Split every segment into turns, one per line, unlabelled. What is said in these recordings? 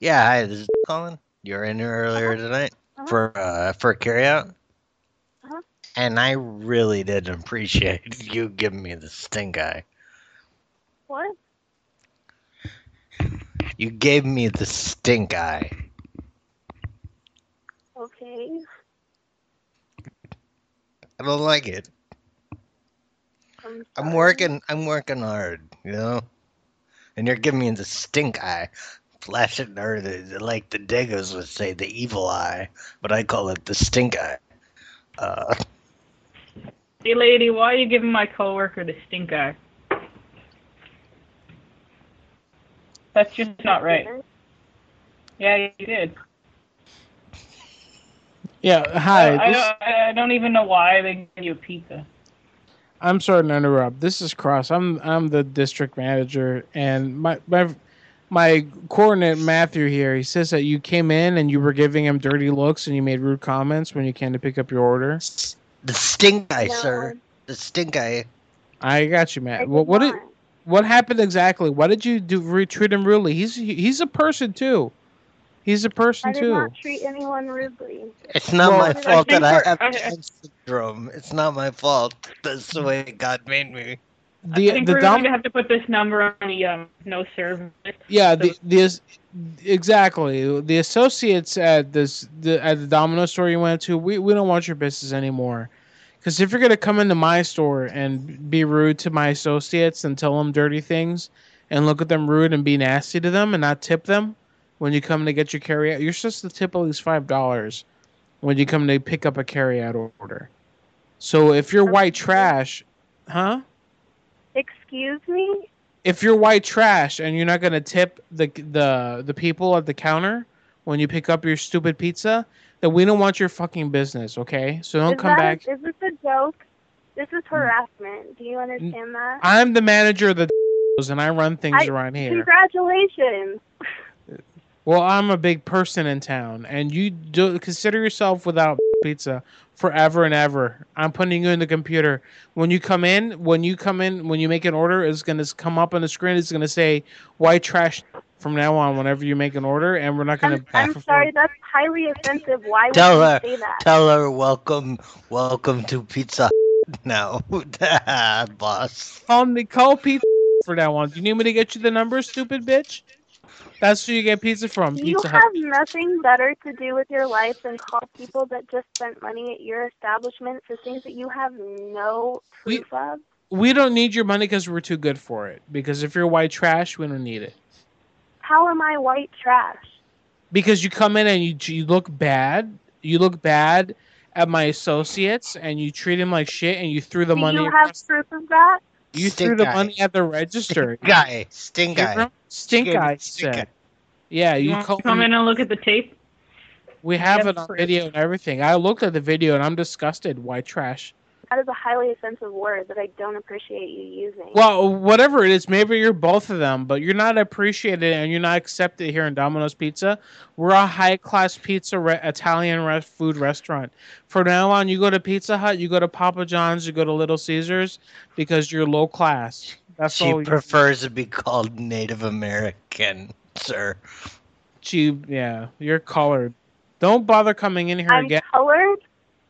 Yeah, hi, this is Colin. You were in here earlier tonight
Uh-huh.
for uh, for carryout,
Uh-huh.
and I really did appreciate you giving me the stink eye.
What?
You gave me the stink eye.
Okay.
I don't like it.
I'm,
I'm
sorry.
working. I'm working hard, you know. And you're giving me the stink eye, flashing or the, the- like the Dagos would say, the evil eye, but I call it the stink eye. Uh,
Hey, lady, why are you giving my coworker the stink eye? That's just not right. Yeah, you did.
Yeah,
I,
hi. This,
don't, I don't even know why they gave you a pizza.
I'm sorry to interrupt. This is Cross. I'm I'm the district manager, and my my my coordinate Matthew here. He says that you came in and you were giving him dirty looks and you made rude comments when you came to pick up your order.
s- the stink eye,
No, um
sir. The stink eye.
I got you,
I
Matt.
did
What what did,
not.
what happened exactly? Why did you do re- treat him rudely? He's he- he's a person too. He's a
I
person
did
too.
not treat anyone rudely.
It's not
Well,
my
I
fault
think
that I
we're-
have
I- I-
Down syndrome. It's not my fault. That's the way God made me.
the
I think
the
we're
dom-
going to have to put this number on the um, no service. So-
Yeah, the, the as- exactly the associates at this the, at the Domino store you went to. We we don't want your business anymore, because if you're gonna come into my store and be rude to my associates and tell them dirty things, and look at them rude and be nasty to them and not tip them when you come to get your carry out, you're supposed to tip at least five dollars when you come to pick up a carry out order. So if you're white trash, huh?
Excuse me?
if you're white trash and you're not gonna tip the the the people at the counter when you pick up your stupid pizza, then we don't want your fucking business, okay? So don't
is
come
that
back. Mm.
a- is this a joke? This is harassment. Do you understand that?
i I'm the manager of the and I run things
I-
around here.
Congratulations.
Well, I'm a big person in town, and you do consider yourself without pizza forever and ever. I'm putting you in the computer. When you come in, when you come in, when you make an order, it's gonna come up on the screen. It's gonna say "white trash" from now on. Whenever you make an order, and we're not gonna.
I'm, I'm
perform-
sorry. That's highly offensive. Why would
Tell
you
her.
say that?
Tell her welcome, welcome to Pizza. Hut Now, boss.
Call me, call pizza for that one. You need me to get you the number, stupid bitch? That's who you get pizza from.
You
Pizza Hut.
have nothing better to do with your life than call people that just spent money at your establishment for things that you have no
We-
proof of.
We don't need your money because we're too good for it. Because if you're white trash, we don't need it.
How am I white trash?
Because you come in and you you look bad. You look bad at my associates, and you treat them like shit, and you threw the
Do
money.
you have
across-
proof of that?
you threw
Stink
the
eye.
money at the register.
Guy, stink
You
eye.
remember? Stink
Stink-
eye
stink
said.
eye.
Yeah,
You
you,
want
call
to come in and look at the tape?
We have
have
it on
proof.
video and everything. I looked at the video and I'm disgusted. White trash.
That is a highly offensive word that I don't appreciate you using.
Well, whatever it is, maybe you're both of them, but you're not appreciated and you're not accepted here in Domino's Pizza. We're a high class pizza re- Italian re- food restaurant. From now on, you go to Pizza Hut, you go to Papa John's, you go to Little Caesars because you're low class. That's all.
She
you-
prefers to be called Native American, sir.
she, yeah, you're colored. Don't bother coming in here
I'm
again.
colored.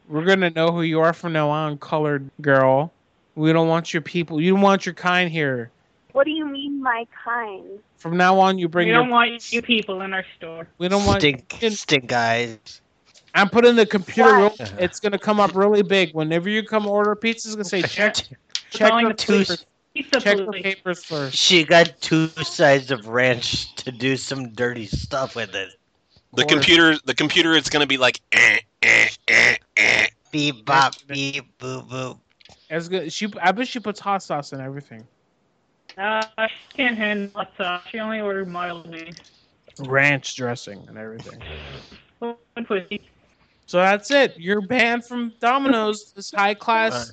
We're gonna know who you are from now on, colored girl. We don't want your people. You don't want your kind here.
What do you mean, my kind?
From now on, you bring
we
your.
don't want you people in our store.
we don't want
stink,
in-
stink eyes.
I'm putting the computer.
Why?
real- it's gonna come up really big whenever you come order pizza. It's gonna say check check
Calling
for
the police.
papers,
Pizza
check for
police.
papers first.
She got two sides of ranch to do some dirty stuff with it.
The
Or-
computer, the computer is going to be like, eh, eh, eh, eh.
Beep bop beep boo boo.
It's gonna, she, I bet she puts hot sauce and everything.
Uh, she can't handle hot sauce. She only ordered mild wings.
Ranch dressing and everything.
One pussy.
So that's it. You're banned from Domino's. This high class,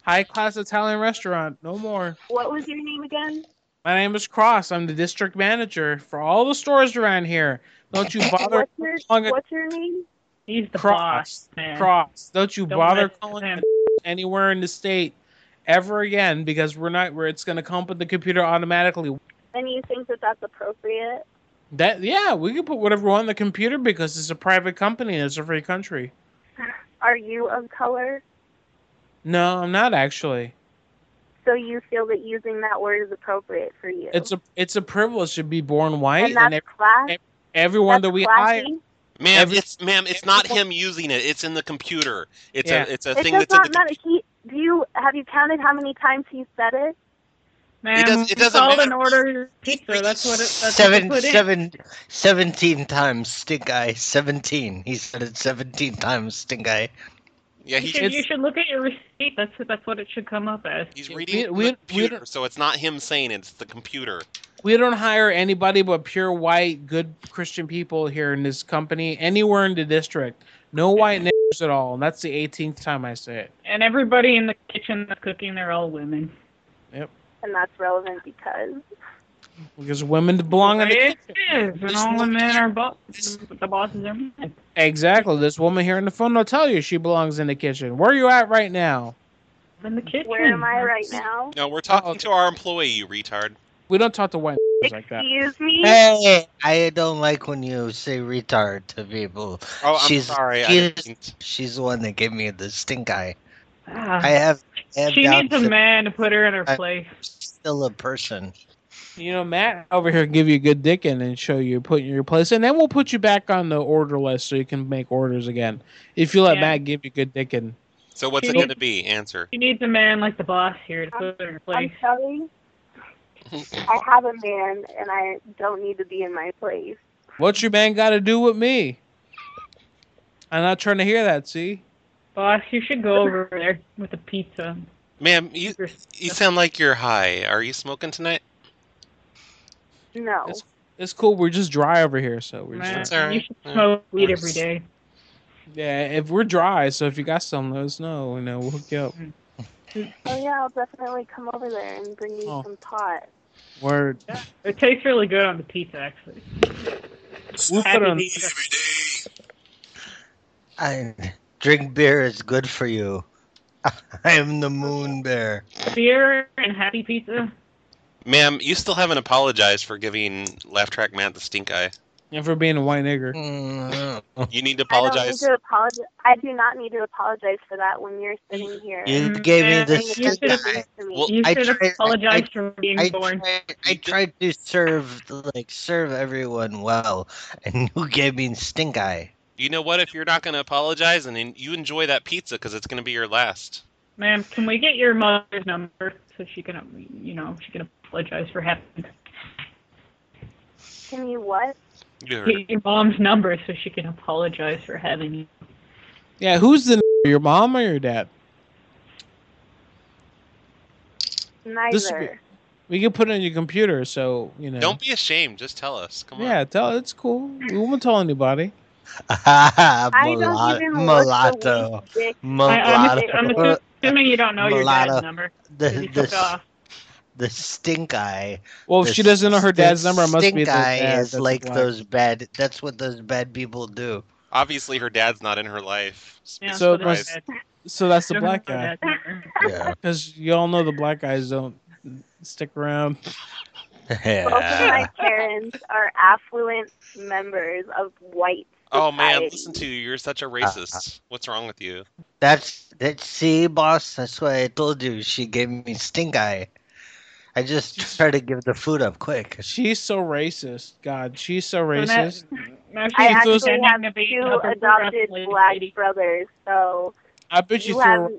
high class Italian restaurant. No more.
What was your name again?
My name is Cross. I'm the district manager for all the stores around here. Don't you bother
What's your
calling
What's your name?
He's the
Cross.
boss, man.
Cross. Don't you
Don't
bother
mess with
calling
him.
anywhere in the state ever again because we're not where it's going to come up with the computer automatically.
And you think that that's appropriate?
That yeah, we can put whatever we want on the computer because it's a private company and it's a free country.
Are you of color?
No, I'm not actually.
So you feel that using that word is appropriate for you?
It's a it's a privilege to be born white
and
and,
that's
ev-
class.
ev- everyone
that's
that we hire.
classy.
Ma'am,
Every-
it's ma'am, it's not him using it. It's in the computer. It's
Yeah.
a it's a
It
thing
does
that's in the
not matter. He, do you have you counted how many times he said it?
Ma'am,
does- it
you
doesn't
called an
matter.
order your pizza. That's what it, that's
seven,
what they put in.
seven, 17 times stink eye. 17. He said it 17 times stink eye.
Yeah,
You
he,
should, you
it's-
should look at your receipt. That's that's what it should come up as.
he's
Yeah,
reading
we-
it from
we-
the
we
computer,
don't-
so it's not him saying it, it's the computer.
We don't hire anybody but pure white, good Christian people here in this company anywhere in the district. No white niggers at all, and that's the 18th time I say it.
And everybody in the kitchen that's cooking, they're all women.
And that's relevant because
Because women belong in the
It
kitchen.
is, and all the men are bo- the bosses are men.
Exactly. This woman here on the phone will tell you she belongs in the kitchen. Where are you at right now?
In the kitchen.
where am I right now?
No, we're
Oh,
talking
okay.
to our employee, you retard.
We don't talk to white niggers like that.
Excuse me.
Hey, I don't like when you say retard to people.
Oh, I'm
She's-
sorry. I
she's-
didn't-
She's the one that gave me the stink eye.
Ah,
I have, I have
she
down
needs a
syndrome.
man to put her in her
I-
place.
still a person.
You know, Matt over here give you a good dick in and show you put in your place, and then we'll put you back on the order list so you can make orders again. If you let
Yeah.
Matt give you good dick in.
So what's
She
it going to
needs-
be? Answer.
She needs a man like the boss here to put her in her
I'm
place.
sorry. I have a man, and I don't need to be in my place.
What's your man got to do with me? I'm not trying to hear that. See,
Boss, you should go over there with the pizza.
Ma'am, you you sound like you're high. Are you smoking tonight?
No.
It's- it's cool. We're just dry over here, so we're
Man,
just,
That's all
You
right.
should
Yeah.
smoke weed
Works.
every day.
yeah. If we're dry, so if you got some, let us know. You know, we'll hook you up.
Oh yeah, I'll definitely come over there and bring you
Oh.
some pot.
Word.
It tastes really good on the pizza, actually.
We'll put
Happy
on.
pizza.
I drink beer is good for you. I am the moon bear.
Beer and happy pizza.
Ma'am, you still haven't apologized for giving Laugh Track Matt the stink eye.
And for being a white nigger.
Mm-hmm.
Mm,
You need to
I don't need
apologize.
to apologize. I do not need to apologize for that when you're sitting here.
You gave me
Man,
the
you
stink
should have
eye.
to me.
Well,
you
I
should have
tried- I-
apologized for being
I
born.
tried, I tried to serve like serve everyone well, and you gave me stink eye.
You know what? If you're not going to apologize, and then you enjoy that pizza because it's going to be your last.
Ma'am, can we get your mother's number so she can, um, you know, she can apologize for having.
Can you what?
You heard it.
Get your mom's number so she can apologize for having you.
Yeah, who's the nigger, your mom or your dad? This would be-
Neither.
We can put it on your computer, so you know.
Don't be ashamed. Just tell us. Come on.
Yeah, tell it's cool. We won't tell anybody.
I don't
Mulat-
even
mulatto,
look the least dick.
I, I'm,
mulatto.
I'm assu- assuming you don't know your
Mulatto.
dad's number. 'cause
The,
you took
the,
off.
the stink eye.
Well, if
the
Oh, she doesn't know her
st-
dad's number, it must
stink
be the
eye
dad
is
that's
like
black.
those bad. That's what those bad people do.
Obviously, her dad's not in her life.
Yeah,
Speaks
So
for
it must-
guys.
So that's the
Don't know
black
my
guy.
dad's number.
Yeah.
Because you all know the black guys don't stick around.
Both of my parents are affluent members of white.
Oh man,
society.
listen to you. You're such a racist. What's wrong with you?
That's that. See, boss. That's why I told you she gave me stink eye. I just try to give the food up quick.
She's so racist. God, she's so
So now-
racist.
now she's
I
those-
actually
pretending
have
to be an
two
upper
adopted
class
black
lady.
brothers, so
I bet you,
you
throw
have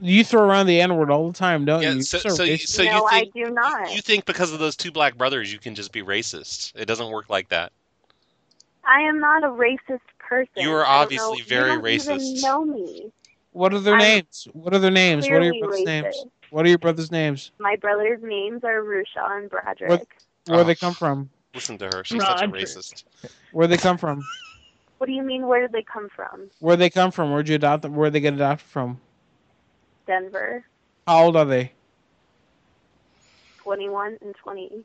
you throw around the N word all the time, don't
Yeah,
you?
so-
Oh, You're
so you-
racist.
so-
no.
think-
I do not.
You think because of those two black brothers, you can just be racist? It doesn't work like that.
I am not a racist person.
You are
I don't know-
obviously very
you don't Even
racist.
know me.
what are their
I'm
names? What are their names? What are your
clearly
brothers'
racist.
names? What are your brothers' names?
My brothers' names are Rusha and Broderick.
What-
What,
Where
Oh.
they come from?
Listen to her. She's such a
Roger.
racist.
Where they come from?
do you mean? Where did they come from?
Where they come from? Where'd you adopt them? Where they get adopted from?
Denver,
How old are they?
21 and 20.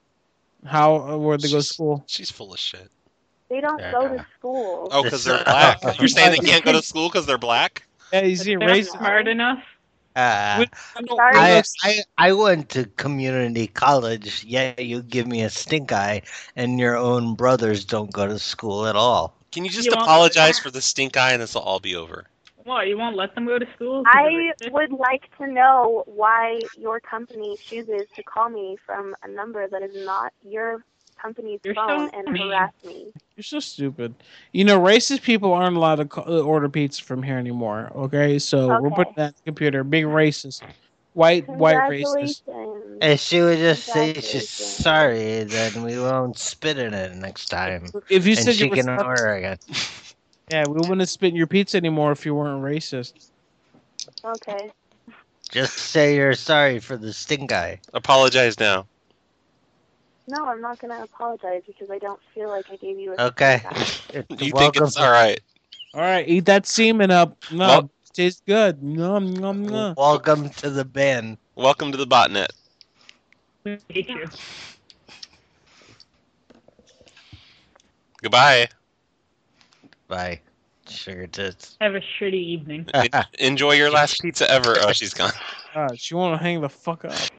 How uh, where they go to
She's-
school?
She's full of shit.
They don't go to
Yeah.
school.
Oh, because they're black. You're saying they can't go to school because they're black?
Yeah, you
If
see,
they're
racist.
smart enough.
Uh,
We- I don't-
Sorry.
I,
I-
I, I went to community college. Yeah, you give me a stink eye, and your own brothers don't go to school at all.
Can you just
You want-
apologize for the stink eye and this will all be over?
What, you won't let them go to school? 'cause they're
I
racist?
would like to know why your company chooses to call me from a number that is not your company's
You're so
phone and
mean.
harass me.
You're so stupid. You know, racist people aren't allowed to co- uh, order pizza from here anymore. Okay, so we're
Okay.
putting that in the computer. Being racist, white white racist.
Congratulations.
If she would just say she's
Congratulations.
sorry, then we won't spit in it next time.
If you
and
said
she
you were
can
sorry-
order again.
yeah, we wouldn't spit in your pizza anymore if you weren't racist.
Okay.
Just say you're sorry for the stink eye.
Apologize now.
No, I'm not going to apologize because I don't feel like I gave you a
Okay.
You think it's all right?
All right, eat that semen up. No,
Well-
tastes good. Nom nom nom.
Welcome to the band.
Welcome to the botnet.
I hate you.
Goodbye.
Bye. Sugar tits.
Have a shitty evening.
En- Enjoy your last pizza ever. Oh, she's gone.
God, she want to hang the fuck up.